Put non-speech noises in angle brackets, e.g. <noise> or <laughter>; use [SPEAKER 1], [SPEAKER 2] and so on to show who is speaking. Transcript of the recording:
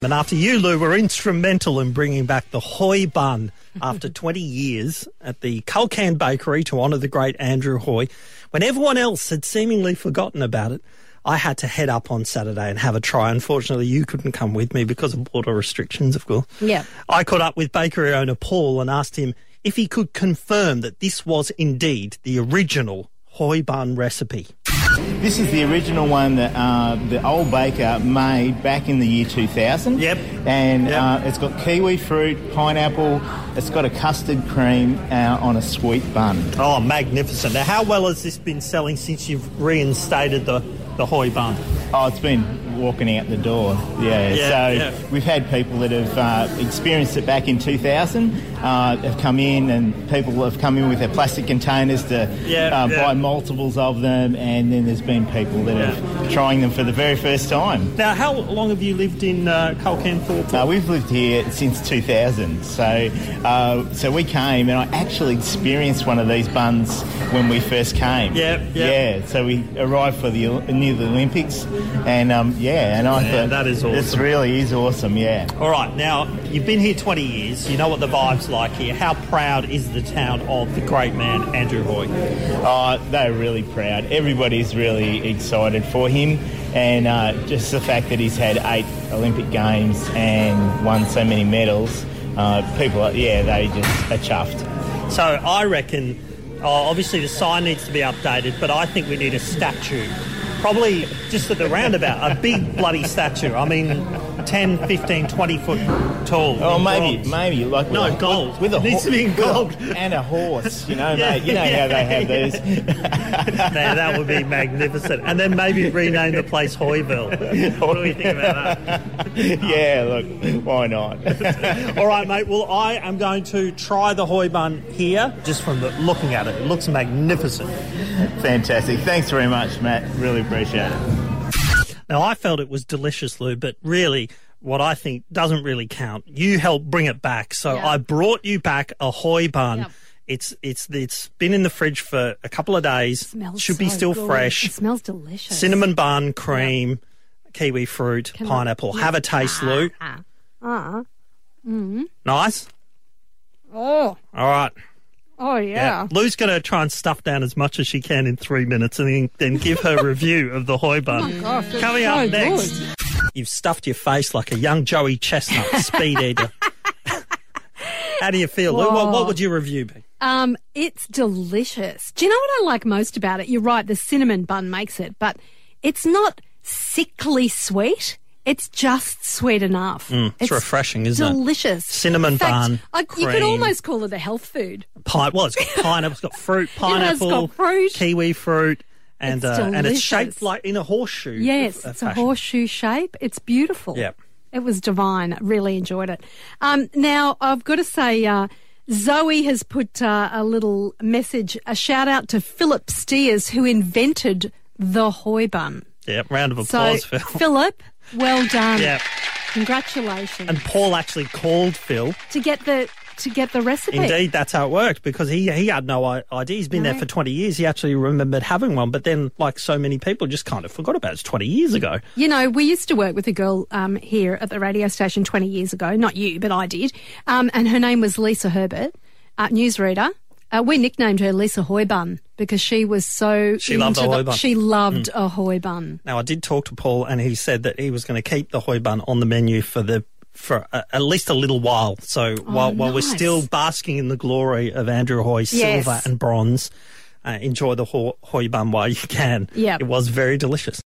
[SPEAKER 1] And after you, Lou, were instrumental in bringing back the Hoy bun after 20 years at the Culcan Bakery to honour the great Andrew Hoy. When everyone else had seemingly forgotten about it, I had to head up on Saturday and have a try. Unfortunately, you couldn't come with me because of border restrictions, of course.
[SPEAKER 2] Yeah.
[SPEAKER 1] I caught up with bakery owner Paul and asked him if he could confirm that this was indeed the original Hoy bun recipe.
[SPEAKER 3] This is the original one that uh, the old baker made back in the year 2000.
[SPEAKER 1] Yep.
[SPEAKER 3] And
[SPEAKER 1] Yep.
[SPEAKER 3] Uh, it's got kiwi fruit, pineapple, it's got a custard cream uh, on a sweet bun.
[SPEAKER 1] Oh, magnificent. Now, how well has this been selling since you've reinstated the, the Hoy bun?
[SPEAKER 3] Oh, it's been walking out the door. Yeah.
[SPEAKER 1] Yeah,
[SPEAKER 3] so
[SPEAKER 1] yeah.
[SPEAKER 3] we've had people that have uh, experienced it back in 2000, uh, have come in, and people have come in with their plastic containers to
[SPEAKER 1] Yeah,
[SPEAKER 3] uh,
[SPEAKER 1] yeah.
[SPEAKER 3] buy multiples of them, and then there's been people that are trying them for the very first time.
[SPEAKER 1] Now, how long have you lived in uh, Culcan for?
[SPEAKER 3] Now, we've lived here since 2000, so uh, so we came, and I actually experienced one of these buns when we first came.
[SPEAKER 1] Yep, yep.
[SPEAKER 3] Yeah, so we arrived for the Ol- near the Olympics, and um, yeah, and I
[SPEAKER 1] Man,
[SPEAKER 3] thought
[SPEAKER 1] that is
[SPEAKER 3] This
[SPEAKER 1] awesome.
[SPEAKER 3] really is awesome. Yeah.
[SPEAKER 1] All right, now you've been here 20 years. You know what the vibe's like here. How proud is the town of the great man Andrew Hoy?
[SPEAKER 3] Oh, they're really proud. Everybody's really excited for him, and uh, just the fact that he's had eight Olympic Games and won so many medals, uh, people, are- yeah, they just are chuffed.
[SPEAKER 1] So I reckon, uh, obviously the sign needs to be updated, but I think we need a statue. Probably just at the roundabout, a big bloody statue. I mean, 10, 15, 20 foot tall.
[SPEAKER 3] Oh,
[SPEAKER 1] in
[SPEAKER 3] maybe,
[SPEAKER 1] bronze.
[SPEAKER 3] maybe like
[SPEAKER 1] No,
[SPEAKER 3] with a,
[SPEAKER 1] gold.
[SPEAKER 3] with, with a
[SPEAKER 1] It needs
[SPEAKER 3] hor-
[SPEAKER 1] to be in
[SPEAKER 3] with a-
[SPEAKER 1] gold.
[SPEAKER 3] and a horse. You <laughs> know,
[SPEAKER 1] Yeah.
[SPEAKER 3] mate. You know how they have these. <laughs>
[SPEAKER 1] Man, that would be magnificent. And then maybe rename the place Hoyville. What do we think about that?
[SPEAKER 3] yeah, look, why not?
[SPEAKER 1] All right, mate. Well, I am going to try the Hoy bun here, just from the, looking at it. It looks magnificent.
[SPEAKER 3] <laughs> Fantastic. Thanks very much, Matt. Really appreciate it.
[SPEAKER 1] Now, I felt it was delicious, Lou, but really, what I think doesn't really count. You helped bring it back. So
[SPEAKER 2] Yeah.
[SPEAKER 1] I brought you back a Hoy bun.
[SPEAKER 2] Yep.
[SPEAKER 1] It's it's it's been in the fridge for a couple of days.
[SPEAKER 2] Smells
[SPEAKER 1] Should be
[SPEAKER 2] so
[SPEAKER 1] still
[SPEAKER 2] good. <laughs>
[SPEAKER 1] fresh.
[SPEAKER 2] It smells delicious.
[SPEAKER 1] Cinnamon bun, cream, kiwi fruit,
[SPEAKER 2] Come on.
[SPEAKER 1] pineapple. Have a taste, Lou.
[SPEAKER 2] Ah. Mm-hmm.
[SPEAKER 1] Nice.
[SPEAKER 2] Oh,
[SPEAKER 1] All right.
[SPEAKER 2] oh yeah.
[SPEAKER 1] Lou's going to try and stuff down as much as she can in three minutes and then, then give
[SPEAKER 2] <laughs>
[SPEAKER 1] her review of the Hoy bun.
[SPEAKER 2] gosh, that's
[SPEAKER 1] Coming
[SPEAKER 2] so
[SPEAKER 1] up
[SPEAKER 2] Oh, good.
[SPEAKER 1] next. You've stuffed your face like a young Joey Chestnut speed
[SPEAKER 2] <laughs>
[SPEAKER 1] eater. How do you feel, Lou? What, what would your review be?
[SPEAKER 2] Um, it's delicious. Do you know what I like most about it? You're right, the cinnamon bun makes it, but it's not sickly sweet. It's just sweet enough.
[SPEAKER 1] Mm, it's refreshing, isn't it?
[SPEAKER 2] delicious.
[SPEAKER 1] Cinnamon
[SPEAKER 2] In fact,
[SPEAKER 1] bun,
[SPEAKER 2] I, you could
[SPEAKER 1] cream.
[SPEAKER 2] almost call it a health food.
[SPEAKER 1] Pine, well, it's
[SPEAKER 2] <laughs>
[SPEAKER 1] got pineapple, it's got fruit,
[SPEAKER 2] Yeah, it's
[SPEAKER 1] pineapple,
[SPEAKER 2] got fruit.
[SPEAKER 1] kiwi fruit, and
[SPEAKER 2] It's
[SPEAKER 1] uh, and it's shaped
[SPEAKER 2] delicious.
[SPEAKER 1] like in a horseshoe.
[SPEAKER 2] Yes,
[SPEAKER 1] of- of
[SPEAKER 2] it's a
[SPEAKER 1] fashion.
[SPEAKER 2] horseshoe shape. It's beautiful.
[SPEAKER 1] Yep.
[SPEAKER 2] It was divine. I really enjoyed it. Um, now, I've got to say, uh, Zoe has put uh, a little message, a shout out to Philip Steers, who invented the hoy bun.
[SPEAKER 1] Yep, round of
[SPEAKER 2] So,
[SPEAKER 1] applause, Phil.
[SPEAKER 2] <laughs> Philip, well done.
[SPEAKER 1] Yep. <laughs>
[SPEAKER 2] Congratulations.
[SPEAKER 1] And Paul actually called Phil.
[SPEAKER 2] to get the to get the recipe.
[SPEAKER 1] Indeed, that's how it worked because he he had no i- idea. He's been there for 20 years. He actually remembered having one, but then, like so many people, just kind of forgot about it. It's 20 years ago.
[SPEAKER 2] You know, we used to work with a girl um, here at the radio station 20 years ago. Not you, but I did. Um, and her name was Lisa Herbert, uh, newsreader. Uh, we nicknamed her Lisa Hoy Bun because she was so
[SPEAKER 1] She loved
[SPEAKER 2] into
[SPEAKER 1] a Mm.
[SPEAKER 2] the-
[SPEAKER 1] hoy bun.
[SPEAKER 2] She loved a hoy bun.
[SPEAKER 1] Now, I did talk to Paul, and he said that he was going to keep the hoi bun on the menu for the for a, at least a little while. So while while we're
[SPEAKER 2] Oh, nice.
[SPEAKER 1] still basking in the glory of Andrew Hoy's
[SPEAKER 2] Yes.
[SPEAKER 1] silver and bronze, uh, enjoy the ho- hoi bun while you can.
[SPEAKER 2] Yep.
[SPEAKER 1] it was very delicious.